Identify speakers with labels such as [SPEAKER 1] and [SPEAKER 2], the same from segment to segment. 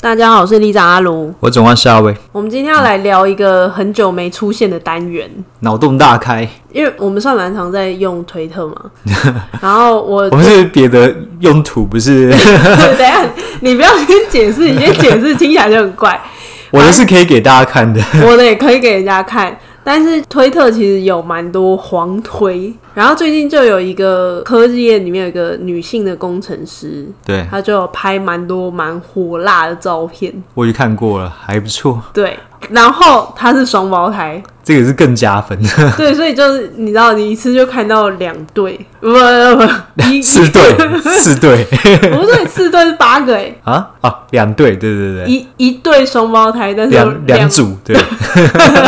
[SPEAKER 1] 大家好，我是里长阿卢。
[SPEAKER 2] 我转换下一位，
[SPEAKER 1] 我们今天要来聊一个很久没出现的单元，
[SPEAKER 2] 脑洞大开。
[SPEAKER 1] 因为我们算蛮常在用推特嘛。然后 我
[SPEAKER 2] 我们是别的用途，不是
[SPEAKER 1] 等一下，你不要先解释，你先解释听起来就很怪。
[SPEAKER 2] 我的是可以给大家看的。
[SPEAKER 1] 我的也可以给人家看，但是推特其实有蛮多黄推。然后最近就有一个科技业里面有一个女性的工程师，
[SPEAKER 2] 对，
[SPEAKER 1] 她就有拍蛮多蛮火辣的照片。
[SPEAKER 2] 我去看过了，还不错。
[SPEAKER 1] 对，然后她是双胞胎，
[SPEAKER 2] 这个是更加分，
[SPEAKER 1] 对，所以就是你知道，你一次就看到两对，不不不，一
[SPEAKER 2] 四 对，四 对
[SPEAKER 1] 不对，四对是八个 哎，
[SPEAKER 2] 啊啊，两对，对对对，
[SPEAKER 1] 一一对双胞胎，但是有
[SPEAKER 2] 两两组，对，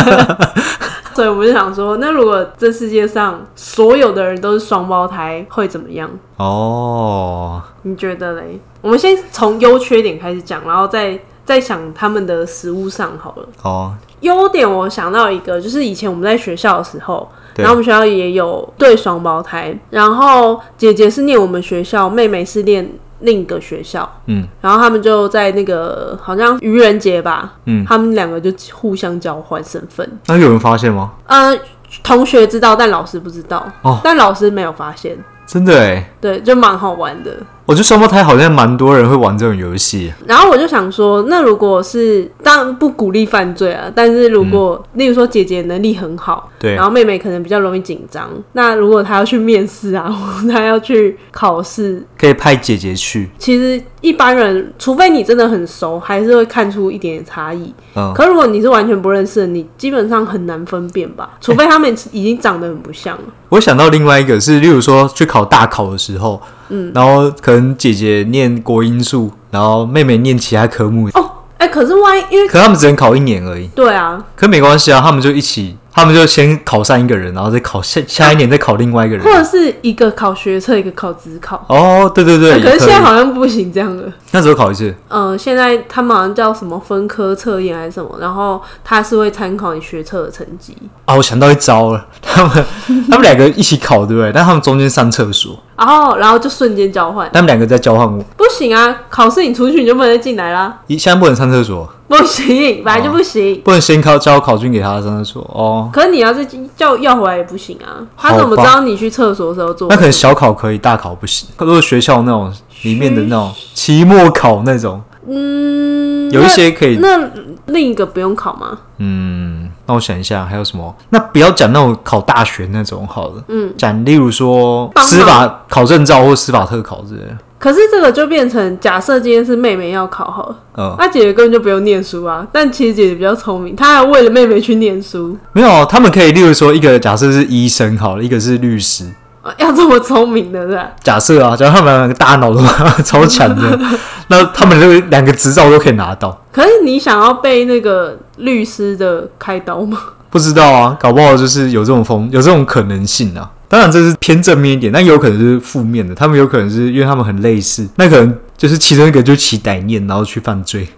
[SPEAKER 1] 所以我们就想说，那如果这世界上所有的人都是双胞胎，会怎么样？
[SPEAKER 2] 哦，
[SPEAKER 1] 你觉得嘞？我们先从优缺点开始讲，然后再再想他们的食物上好了。
[SPEAKER 2] 哦，
[SPEAKER 1] 优点我想到一个，就是以前我们在学校的时候，
[SPEAKER 2] 对
[SPEAKER 1] 然后我们学校也有对双胞胎，然后姐姐是念我们学校，妹妹是念另一个学校，
[SPEAKER 2] 嗯
[SPEAKER 1] 然后他们就在那个好像愚人节吧，
[SPEAKER 2] 嗯，
[SPEAKER 1] 他们两个就互相交换身份，
[SPEAKER 2] 那有人发现吗？
[SPEAKER 1] 呃，同学知道，但老师不知道，
[SPEAKER 2] 哦
[SPEAKER 1] 但老师没有发现，
[SPEAKER 2] 真的哎，
[SPEAKER 1] 对，就蛮好玩的。
[SPEAKER 2] 我觉得双胞胎好像蛮多人会玩这种游戏。
[SPEAKER 1] 然后我就想说，那如果是当然不鼓励犯罪啊，但是如果、例如说姐姐能力很好，
[SPEAKER 2] 对
[SPEAKER 1] 然，后妹妹可能比较容易紧张，那如果她要去面试啊， 或者她要去考试，
[SPEAKER 2] 可以派姐姐去，
[SPEAKER 1] 其实一般人除非你真的很熟，还是会看出一点差异。
[SPEAKER 2] 嗯，
[SPEAKER 1] 可如果你是完全不认识的，你基本上很难分辨吧，除非他们已经长得很不像了。
[SPEAKER 2] 我想到另外一个是，例如说去考大考的时候，嗯，然后可能姐姐念国英数，然后妹妹念其他科目，
[SPEAKER 1] 哦，哎、可是万一因为
[SPEAKER 2] 可他们只能考一年而已。
[SPEAKER 1] 对啊，
[SPEAKER 2] 可没关系啊，他们就一起，他们就先考上一个人，然后再考下下一年再考另外一个
[SPEAKER 1] 或者
[SPEAKER 2] 人。
[SPEAKER 1] 是一个考学测，一个考职考。
[SPEAKER 2] 哦，对对对，
[SPEAKER 1] 啊可是
[SPEAKER 2] 也
[SPEAKER 1] 现
[SPEAKER 2] 以
[SPEAKER 1] 在好像不行这样了。
[SPEAKER 2] 那时候考一次，
[SPEAKER 1] 呃，现在他们好像叫什么分科测验还是什么，然后他是会参考你学测的成绩
[SPEAKER 2] 啊，我想到一招了，他们 他们两个一起考，对不对？但他们中间上厕所，
[SPEAKER 1] 哦，然后就瞬间交换。
[SPEAKER 2] 他们两个在交换我，
[SPEAKER 1] 不行啊，考试你出去你就不能再进来啦，
[SPEAKER 2] 一现在不能上厕所，
[SPEAKER 1] 不行，本来就不行。
[SPEAKER 2] 不能先考交考卷给他上厕所哦。
[SPEAKER 1] 可是你要是叫要回来也不行啊，他
[SPEAKER 2] 好
[SPEAKER 1] 怎么知
[SPEAKER 2] 吧
[SPEAKER 1] 道你去厕所的时候做？
[SPEAKER 2] 那可能小考可以，大考不行。如果学校那种里面的那种期末考那种，
[SPEAKER 1] 嗯，
[SPEAKER 2] 有一些可以。
[SPEAKER 1] 那那另一个不用考吗？
[SPEAKER 2] 嗯，那我想一下还有什么？那不要讲那种考大学那种好了，嗯，讲例如说
[SPEAKER 1] 帮忙
[SPEAKER 2] 司法考证照或司法特考之类的。
[SPEAKER 1] 可是这个就变成假设今天是妹妹要考好了，
[SPEAKER 2] 嗯，
[SPEAKER 1] 那姐姐根本就不用念书啊。但其实姐姐比较聪明，她还为了妹妹去念书，
[SPEAKER 2] 没有，啊他们可以例如说一个假设是医生好了，一个是律师。
[SPEAKER 1] 啊要这么聪明的是吧？
[SPEAKER 2] 假设啊，假如他们两个大脑的话 超强的，那他们这个两个执照都可以拿到。
[SPEAKER 1] 可是你想要被那个律师的开刀 吗？
[SPEAKER 2] 不知道啊，搞不好就是有这种风，有这种可能性啊。当然这是偏正面一点，但有可能是负面的。他们有可能是因为他们很类似，那可能就是其中一个就起歹念，然后去犯罪。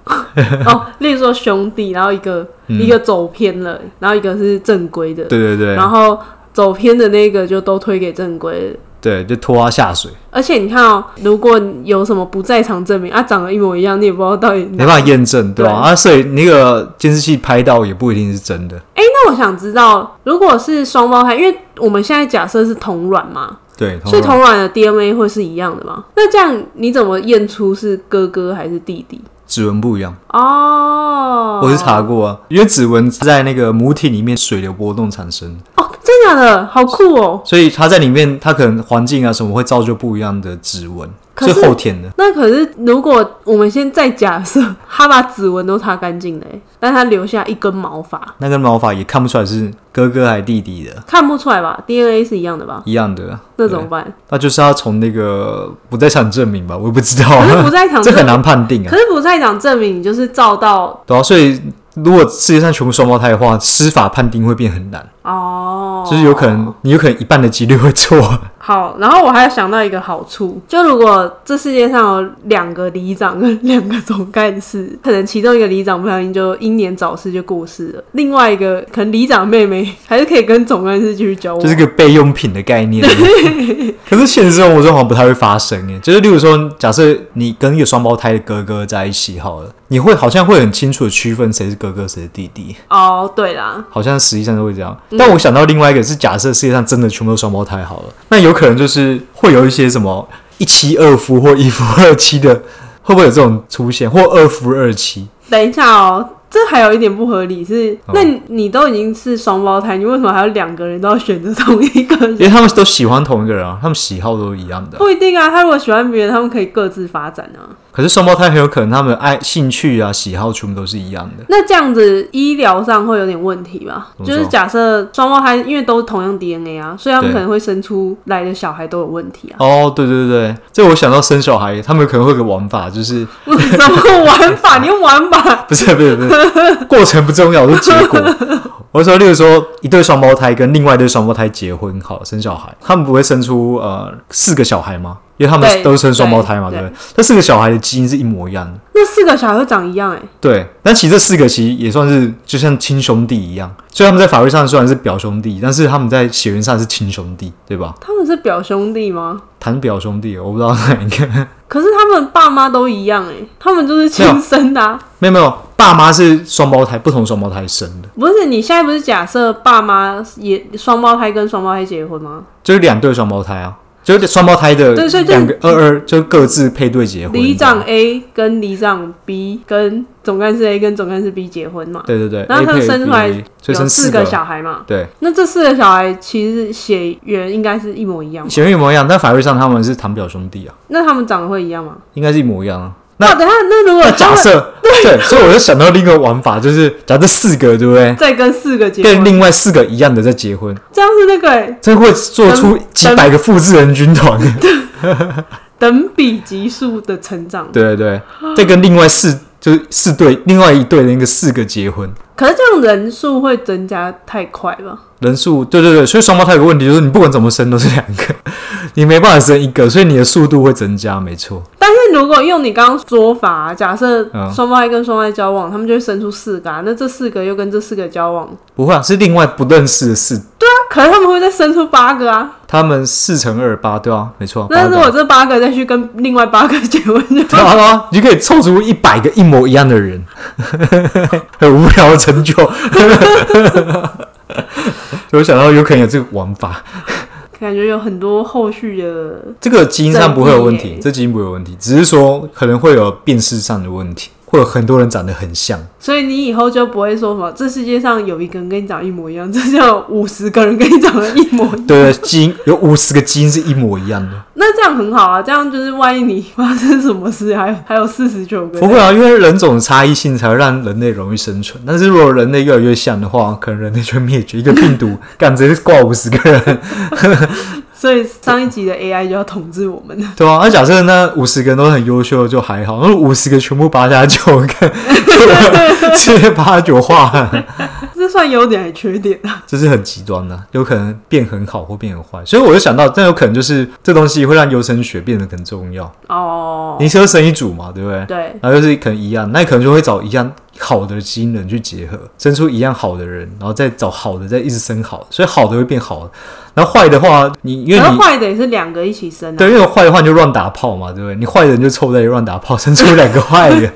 [SPEAKER 1] 哦，例如说兄弟，然后一个、
[SPEAKER 2] 嗯
[SPEAKER 1] 一个走偏了，然后一个是正规的，
[SPEAKER 2] 对对对，
[SPEAKER 1] 然后走偏的那个就都推给正规的。
[SPEAKER 2] 对，就拖他下水，
[SPEAKER 1] 而且你看哦，如果有什么不在场证明，啊，长得一模一样，你也不知道到底哪
[SPEAKER 2] 没办法验证，对吧、
[SPEAKER 1] 对
[SPEAKER 2] 啊？所以那个监视器拍到也不一定是真的，
[SPEAKER 1] 哎、那我想知道，如果是双胞胎，因为我们现在假设是同卵嘛，
[SPEAKER 2] 对，
[SPEAKER 1] 所以
[SPEAKER 2] 同
[SPEAKER 1] 同卵的 DNA 会是一样的吗？那这样你怎么验出是哥哥还是弟弟？
[SPEAKER 2] 指纹不一样，
[SPEAKER 1] 哦，
[SPEAKER 2] 我是查过啊，因为指纹在那个母体里面水流波动产生的，
[SPEAKER 1] 哦，真假的？好酷哦！
[SPEAKER 2] 所以它在里面，它可能环境啊什么会造就不一样的指纹，
[SPEAKER 1] 可
[SPEAKER 2] 是
[SPEAKER 1] 是
[SPEAKER 2] 后天的。
[SPEAKER 1] 那可是如果我们先再假设 他把指纹都擦干净了欸，但他留下一根毛发，
[SPEAKER 2] 那根毛发也看不出来是哥哥还是弟弟的，
[SPEAKER 1] 看不出来吧？DNA 是一样的吧？
[SPEAKER 2] 一样的。
[SPEAKER 1] 那
[SPEAKER 2] 对
[SPEAKER 1] 怎么办？
[SPEAKER 2] 那就是要从那个不在场证明吧，我也 不知道
[SPEAKER 1] 可， 是不在场
[SPEAKER 2] 哦这
[SPEAKER 1] 证
[SPEAKER 2] 很难判定啊
[SPEAKER 1] 可。 是不在场证明，你就是照到
[SPEAKER 2] 对啊，所以如果世界上全部双胞胎的话，司法判定会变很难，
[SPEAKER 1] 哦，
[SPEAKER 2] 就是有可能你有可能一半的几率会错。
[SPEAKER 1] 好，然后我还想到一个好处，就如果这世界上有两个里长 跟两个总干事，可能其中一个里长不小心就英年早逝就过世了，另外一个可能里长妹妹还是可以跟总干事继续交往。
[SPEAKER 2] 就是个备用品的 概念。可是现实生活中好像不太会发生耶。就是例如说，假设你跟一个双胞胎的哥哥在一起好了，你会好像会很清楚的区分谁是哥哥谁是弟弟，
[SPEAKER 1] 哦，对啦，
[SPEAKER 2] 好像实际上都会这样。但我想到另外一个是，假设世界上真的全部都双胞胎好了，那有可能就是会有一些什么一妻二夫或一夫二妻的， 会不会有这种出现？或二夫二妻？
[SPEAKER 1] 等一下哦。这还有一点不合理是，
[SPEAKER 2] 哦
[SPEAKER 1] 那你你都已经是双胞胎，你为什么还有两个人都要选择同一个
[SPEAKER 2] 因为
[SPEAKER 1] 人？
[SPEAKER 2] 他们都喜欢同一个人啊，他们喜好都一样的啊。
[SPEAKER 1] 不一定啊，他如果喜欢别人，他们可以各自发展啊。
[SPEAKER 2] 可是双胞胎很有可能他们爱兴趣啊、喜好全部都是一样的。
[SPEAKER 1] 那这样子医疗上会有点问题吧？
[SPEAKER 2] 怎么
[SPEAKER 1] 就
[SPEAKER 2] 说
[SPEAKER 1] 是假设双胞胎，因为都同样 DNA 啊，所以他们
[SPEAKER 2] 对
[SPEAKER 1] 可能会生出来的小孩都有问题啊。
[SPEAKER 2] 哦，对对对，这我想到生小孩，他们可能会有个玩法，就是
[SPEAKER 1] 怎么玩法？你用玩法？
[SPEAKER 2] 不是不是不是，过程不重要，我说结 果。我说，例如说，一对双胞胎跟另外一对双胞胎结婚，好生小孩，他们不会生出呃四个小孩吗？因为他
[SPEAKER 1] 对
[SPEAKER 2] 们都生双胞胎嘛，
[SPEAKER 1] 对
[SPEAKER 2] 对不对？这四个小孩的基因是一模一样的，
[SPEAKER 1] 那四个小孩会长一样哎、
[SPEAKER 2] 对。但其实这四个其实也算是就像亲兄弟一样，所以他们在法律上虽然是表兄弟，但是他们在血缘上是亲兄弟，对吧？
[SPEAKER 1] 他们是表兄弟吗？
[SPEAKER 2] 谈表兄弟，我不知道哪一个。
[SPEAKER 1] 可是他们爸妈都一样哎、他们就是亲生的、啊。
[SPEAKER 2] 没有没有，爸妈是双胞胎，不同双胞胎生的。
[SPEAKER 1] 不是，你现在不是假设爸妈也双胞胎跟双胞胎结婚吗？
[SPEAKER 2] 就是两对双胞胎啊，就是双胞胎的
[SPEAKER 1] 对所以就
[SPEAKER 2] 两个二二就各自配对结婚。
[SPEAKER 1] 里长 A 跟里长 B 跟总干事 A 跟总干事 B 结婚嘛，
[SPEAKER 2] 对对对，
[SPEAKER 1] 然后他们
[SPEAKER 2] A 配
[SPEAKER 1] 生出来
[SPEAKER 2] B 所以
[SPEAKER 1] 有
[SPEAKER 2] 生
[SPEAKER 1] 四
[SPEAKER 2] 个
[SPEAKER 1] 个。小孩嘛。
[SPEAKER 2] 对，
[SPEAKER 1] 那这四个小孩其实血缘应该是一模一样吗，
[SPEAKER 2] 血缘一模一样，但法律上他们是堂表兄弟啊，
[SPEAKER 1] 那他们长得会一样吗？
[SPEAKER 2] 应该是一模一样啊。
[SPEAKER 1] 那、
[SPEAKER 2] 那
[SPEAKER 1] 等一下，那如果
[SPEAKER 2] 那
[SPEAKER 1] 他
[SPEAKER 2] 假
[SPEAKER 1] 们
[SPEAKER 2] 设对，所以我就想到另一个玩法，就是假设四个对不对，
[SPEAKER 1] 再跟四个结
[SPEAKER 2] 跟
[SPEAKER 1] 婚，
[SPEAKER 2] 另外四个一样的再结婚，
[SPEAKER 1] 这样是那个、欸、
[SPEAKER 2] 这会做出几百个复制人军团。
[SPEAKER 1] 等比级数的成长。
[SPEAKER 2] 对对对，再跟另外四就是四对，另外一对的那个四个结婚。
[SPEAKER 1] 可是这样人数会增加太快吧？
[SPEAKER 2] 人数，对对对，所以双胞胎有个问题就是你不管怎么生都是两个， 你没办法生一个，所以你的速度会增加，没错。
[SPEAKER 1] 但是如果用你刚刚说法，啊假设
[SPEAKER 2] 嗯
[SPEAKER 1] 双胞胎跟双胞胎交往，他们就会生出四个、啊，那这四个又跟这四个交往，
[SPEAKER 2] 不会啊，是另外不认识的四，
[SPEAKER 1] 那可是他们会再生出八个啊。
[SPEAKER 2] 他们四乘二八，对啊，没错啊。
[SPEAKER 1] 那
[SPEAKER 2] 八
[SPEAKER 1] 如
[SPEAKER 2] 个
[SPEAKER 1] 果这八个再去跟另外八个结婚就，
[SPEAKER 2] 对啊对啊，你就可以凑出一百个一模一样的人， 很无聊的成就。 所以我想到有可能有这个玩法，
[SPEAKER 1] 感觉有很多后续的
[SPEAKER 2] 这个基因上不会有问
[SPEAKER 1] 正义
[SPEAKER 2] 题
[SPEAKER 1] 耶，
[SPEAKER 2] 这基因不会有问题，只是说可能会有辨识上的问题，会有很多人长得很像。
[SPEAKER 1] 所以你以后就不会说什么这世界上有一个人跟你长一模一样，这世界上有五十个人跟你长得一模一样。
[SPEAKER 2] 对，基因有五十个基因是一模一样的。
[SPEAKER 1] 那这样很好啊，这样就是万一你发生什么事，还有 还有四十九个
[SPEAKER 2] 不会啊，因为人种的差异性才会让人类容易生存。但是如果人类越来越像的话，可能人类就会灭绝。一个病毒干直接挂五十个人，
[SPEAKER 1] 所以上一集的 AI 就要统治我们了。
[SPEAKER 2] 对啊？那假设那五十个人都很优秀，就还好；那五十个全部拔下 九个，直接把九化了，
[SPEAKER 1] 这算优点还是缺点啊？
[SPEAKER 2] 这是很极端的、有可能变很好或变很坏。所以我就想到，但有可能就是这东西会让优生学变得很重要。
[SPEAKER 1] 哦，
[SPEAKER 2] 你只有生一组嘛，对不对？
[SPEAKER 1] 对，
[SPEAKER 2] 然后就是可能一样，那可能就会找一样好的基因人去结合，生出一样好的人，然后再找好的，再一直生好，所以好的会变好的，然后坏的话，你因
[SPEAKER 1] 可
[SPEAKER 2] 为
[SPEAKER 1] 是
[SPEAKER 2] 你
[SPEAKER 1] 坏的也是两个一起生啊。
[SPEAKER 2] 对，因为坏的话你就乱打炮嘛，对不对？你坏的人就凑在一起乱打炮，生出两个坏 的，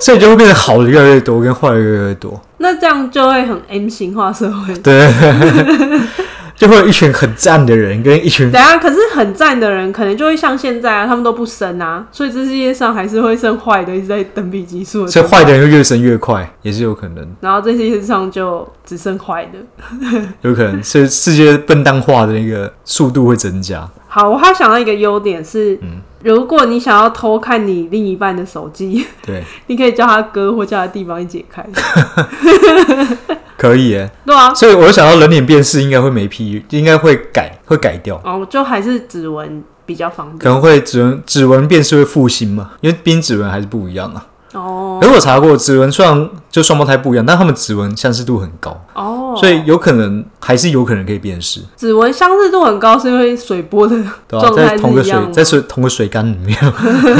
[SPEAKER 2] 所以就会变成好的越来越多，跟坏的越来越多，
[SPEAKER 1] 那这样就会很 M 型化社会。
[SPEAKER 2] 对。 就会有一群很赞的人跟一群
[SPEAKER 1] 等一下，可是很赞的人，可能就会像现在啊，他们都不生啊，所以这世界上还是会剩坏的，一直在等比级数。
[SPEAKER 2] 所以坏的，人会越升越快，也是有可能，
[SPEAKER 1] 然后这世界上就只剩坏的。
[SPEAKER 2] 有可能，所以世界笨蛋化的那个速度会增加。
[SPEAKER 1] 好，我还想到一个优点是，
[SPEAKER 2] 嗯
[SPEAKER 1] 如果你想要偷看你另一半的手机，
[SPEAKER 2] 对，
[SPEAKER 1] 你可以叫他哥或叫他弟帮你解 开。
[SPEAKER 2] 可以耶。
[SPEAKER 1] 对啊，
[SPEAKER 2] 所以我想到人脸辨识应该会没屁，应该会改，会改掉，
[SPEAKER 1] 哦，就还是指纹比较方
[SPEAKER 2] 可
[SPEAKER 1] 便。
[SPEAKER 2] 能会指纹指纹辨识会复兴嘛，因为毕竟指纹还是不一样啊。
[SPEAKER 1] 哦
[SPEAKER 2] 可是我查过，指纹虽然就双胞胎不一样，但他们指纹相似度很高，
[SPEAKER 1] 哦，
[SPEAKER 2] 所以有可能还是有可能可以辨识，
[SPEAKER 1] 指纹相似度很高，是因为水波的
[SPEAKER 2] 对吧、
[SPEAKER 1] 状态
[SPEAKER 2] 在
[SPEAKER 1] 是
[SPEAKER 2] 同个
[SPEAKER 1] 一
[SPEAKER 2] 水
[SPEAKER 1] 样的吗。
[SPEAKER 2] 在水同个水缸里面，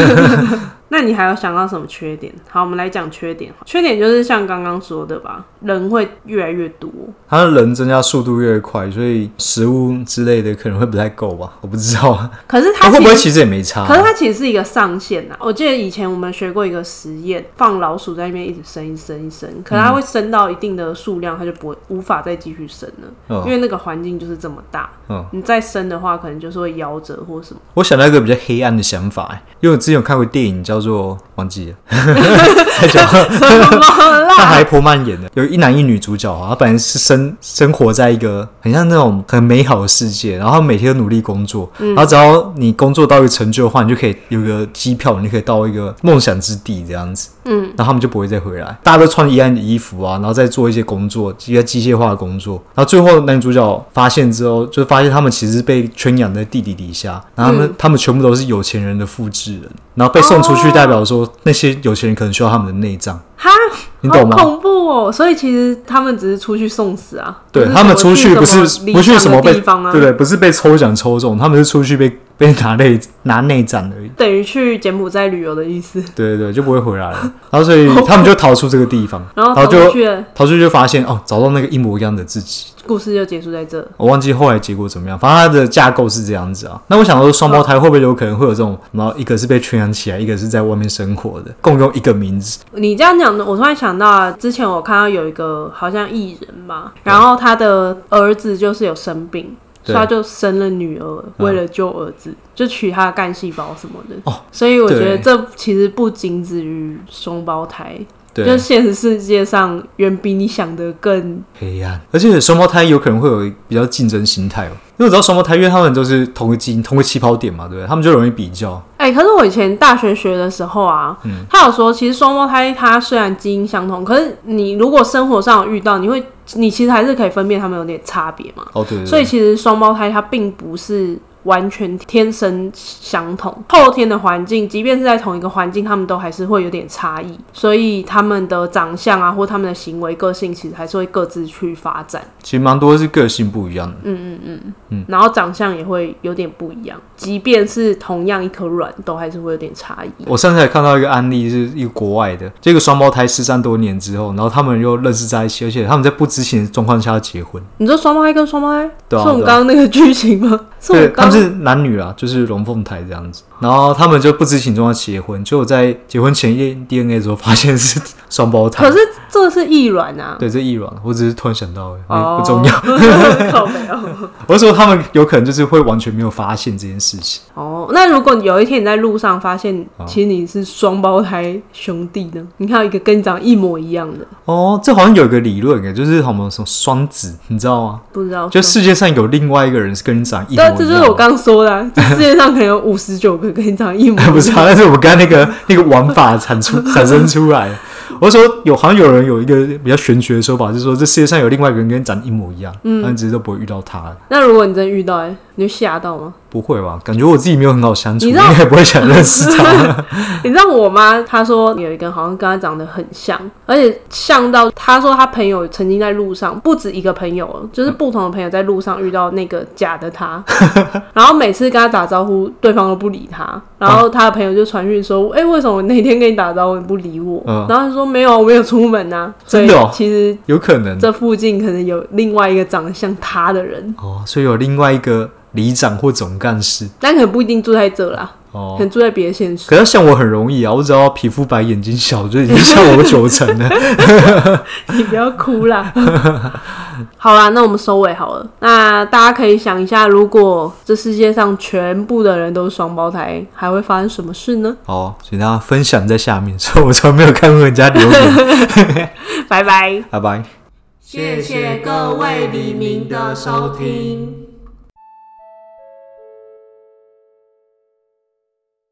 [SPEAKER 1] 那你还有想到什么缺点？好，我们来讲缺点。缺点就是像刚刚说的吧，人会越来越多。
[SPEAKER 2] 它的人增加速度越快，所以食物之类的可能会不太够吧，我不知道啊，
[SPEAKER 1] 可是
[SPEAKER 2] 它
[SPEAKER 1] 它
[SPEAKER 2] 会不会
[SPEAKER 1] 其实，
[SPEAKER 2] 其实啊也没差、
[SPEAKER 1] 可是它其实是一个上限啊。我记得以前我们学过一个实验，放老鼠在那边一直生、一直生、一直生，可是它会生到一定的数量，它就不会无法再继续生了，因
[SPEAKER 2] 嗯
[SPEAKER 1] 为那个环境就是这么大。
[SPEAKER 2] 嗯，
[SPEAKER 1] 你再生的话，可能就是会夭折或什么。
[SPEAKER 2] 我想到一个比较黑暗的想法、欸，因为我之前有看过电影叫做忘记了， 太久了。
[SPEAKER 1] 怎么
[SPEAKER 2] 那
[SPEAKER 1] 啦？
[SPEAKER 2] 海波曼演的，有一男一女主角啊，他本来是生生活在一个很像那种很美好的世界，然后他每天都努力工作，然后只要你工作到一个成就的话，你就可以有个机票，你可以到一个梦想之地这样子。
[SPEAKER 1] 嗯，
[SPEAKER 2] 然后他们就不会再回来，大家都穿一样的衣服啊，然后再做一些工作，一些机械化的工作。然后最后男女主角发现之后，就发现他们其实被圈养在地底底下，然后他们、
[SPEAKER 1] 嗯
[SPEAKER 2] 他们全部都是有钱人的复制人，然后被送出去，
[SPEAKER 1] 哦
[SPEAKER 2] 代表说那些有钱人可能需要他们的内脏，
[SPEAKER 1] 哈，
[SPEAKER 2] 你
[SPEAKER 1] 好
[SPEAKER 2] 懂吗？
[SPEAKER 1] 恐怖哦！所以其实他们只是出去送死啊。
[SPEAKER 2] 对
[SPEAKER 1] 不是
[SPEAKER 2] 他们
[SPEAKER 1] 什么
[SPEAKER 2] 出去不是
[SPEAKER 1] 什么
[SPEAKER 2] 不去
[SPEAKER 1] 理
[SPEAKER 2] 什
[SPEAKER 1] 想
[SPEAKER 2] 么
[SPEAKER 1] 的
[SPEAKER 2] 被
[SPEAKER 1] 地方啊，
[SPEAKER 2] 对对，不是被抽奖抽中，他们是出去被 被拿内拿内战而已。
[SPEAKER 1] 等于去柬埔寨旅游的意思。
[SPEAKER 2] 对对对，就不会回来了。然后所以他们就逃出这个地方，
[SPEAKER 1] 然后
[SPEAKER 2] 逃
[SPEAKER 1] 逃
[SPEAKER 2] 就
[SPEAKER 1] 出去了，
[SPEAKER 2] 逃出去就发现哦，找到那个一模一样的自己。
[SPEAKER 1] 故事就结束在这。
[SPEAKER 2] 我忘记后来结果怎么样，反正它的架构是这样子啊。那我想说，双胞胎会不会有可能会有这种，然后一个是被圈养起来，一个是在外面生活的，共用一个名字？
[SPEAKER 1] 你这样讲的，我突然想到啊，之前我看到有一个好像艺人吧，然后他的儿子就是有生病。
[SPEAKER 2] 对嗯
[SPEAKER 1] 所以他就生了女儿，为了救儿子，就取他的干细胞什么的。
[SPEAKER 2] 哦，
[SPEAKER 1] 所以我觉得
[SPEAKER 2] 对
[SPEAKER 1] 这其实不仅止于双胞胎，就
[SPEAKER 2] 对，
[SPEAKER 1] 现实世界上远比你想的更
[SPEAKER 2] 黑暗。而且双胞胎有可能会有比较竞争心态哦，因为我知道双胞胎，因为他们都是同个基因、同个起跑点嘛，对不对？他们就容易比较。
[SPEAKER 1] 哎、可是我以前大学学的时候啊，他有说，其实双胞胎它虽然基因相同，可是你如果生活上有遇到，你会，你其实还是可以分辨它们有点差别嘛。
[SPEAKER 2] 哦，对对对。
[SPEAKER 1] 所以其实双胞胎它并不是完全天生相同，后天的环境，即便是在同一个环境，他们都还是会有点差异，所以他们的长相啊，或他们的行为、个性，其实还是会各自去发展。
[SPEAKER 2] 其实蛮多是个性不一样
[SPEAKER 1] 嗯
[SPEAKER 2] 的，
[SPEAKER 1] 然后长相也会有点不一样，即便是同样一颗卵，都还是会有点差异。
[SPEAKER 2] 我上次还看到一个案例，是一个国外的，这个双胞胎失散多年之后，然后他们又认识在一起，而且他们在不知情的状况下结婚，
[SPEAKER 1] 你说双胞胎跟双胞胎，
[SPEAKER 2] 对啊
[SPEAKER 1] 是我们刚刚那个剧情吗？是我
[SPEAKER 2] 对，
[SPEAKER 1] 们
[SPEAKER 2] 他
[SPEAKER 1] 刚
[SPEAKER 2] 们是男女啊，就是龙凤胎这样子，然后他们就不知情状况下结婚，结果在结婚前验 DNA 的时候发现是双胞胎
[SPEAKER 1] 可，是这是异卵啊，
[SPEAKER 2] 对，这异卵，我只是突然想到而已，
[SPEAKER 1] 哦
[SPEAKER 2] 没不重要，
[SPEAKER 1] 靠哦没有。
[SPEAKER 2] 我是说他们有可能就是会完全没有发现这件事情，
[SPEAKER 1] 哦，那如果有一天你在路上发现，
[SPEAKER 2] 哦
[SPEAKER 1] 其实你是双胞胎兄弟呢？你看到一个跟你长一模一样的，
[SPEAKER 2] 哦，这好像有一个理论诶，就是什么什么双子，你知道吗？
[SPEAKER 1] 不知道
[SPEAKER 2] 就。世界上有另外一个人是跟你长一模一
[SPEAKER 1] 哦对啊，
[SPEAKER 2] 样，
[SPEAKER 1] 这就是我刚说的啊、这世界上可能有五十九个跟你长一模一样。
[SPEAKER 2] 不是啊，但是我刚才那个那个玩法 产出产生出来，我说有好像有人有一个比较玄学的说法，就是说这世界上有另外一个人跟你长得一模一样，嗯，但你只是都不会遇到他，
[SPEAKER 1] 那如果你真遇到、欸，你就吓到吗？
[SPEAKER 2] 不会吧？感觉我自己没有很好相处，
[SPEAKER 1] 你
[SPEAKER 2] 应
[SPEAKER 1] 知道
[SPEAKER 2] 该也不会想认识 他。
[SPEAKER 1] 你知道我妈她说有一个好像跟她长得很像，而且像到她说她朋友曾经在路上不止一个朋友哦，就是不同的朋友在路上遇到那个假的 她，然后每次跟她打招呼，对方都不理她，然后她的朋友就传讯说：“哎、为什么我那天跟你打招呼你不理我？”
[SPEAKER 2] 嗯
[SPEAKER 1] 然后她说：“没有啊，我没有出门啊。”所以
[SPEAKER 2] 真的哦
[SPEAKER 1] 其实
[SPEAKER 2] 有可能
[SPEAKER 1] 这附近可能有另外一个长得像她的人，
[SPEAKER 2] 哦，所以有另外一个里长或总干事
[SPEAKER 1] 但可能不一定住在这啦。
[SPEAKER 2] 哦
[SPEAKER 1] 很住在别的现实。
[SPEAKER 2] 可是像我很容易啊，我只要皮肤白、眼睛小，就已经像我九成了。
[SPEAKER 1] 你不要哭 啦。好啦，那我们收尾好了。那大家可以想一下，如果这世界上全部的人都是双胞胎，还会发生什么事呢？
[SPEAKER 2] 好，请哦大家分享在下面。所以我从没有看过人家留言，
[SPEAKER 1] 拜拜。
[SPEAKER 2] 拜拜。
[SPEAKER 1] 谢谢各位黎明的收听。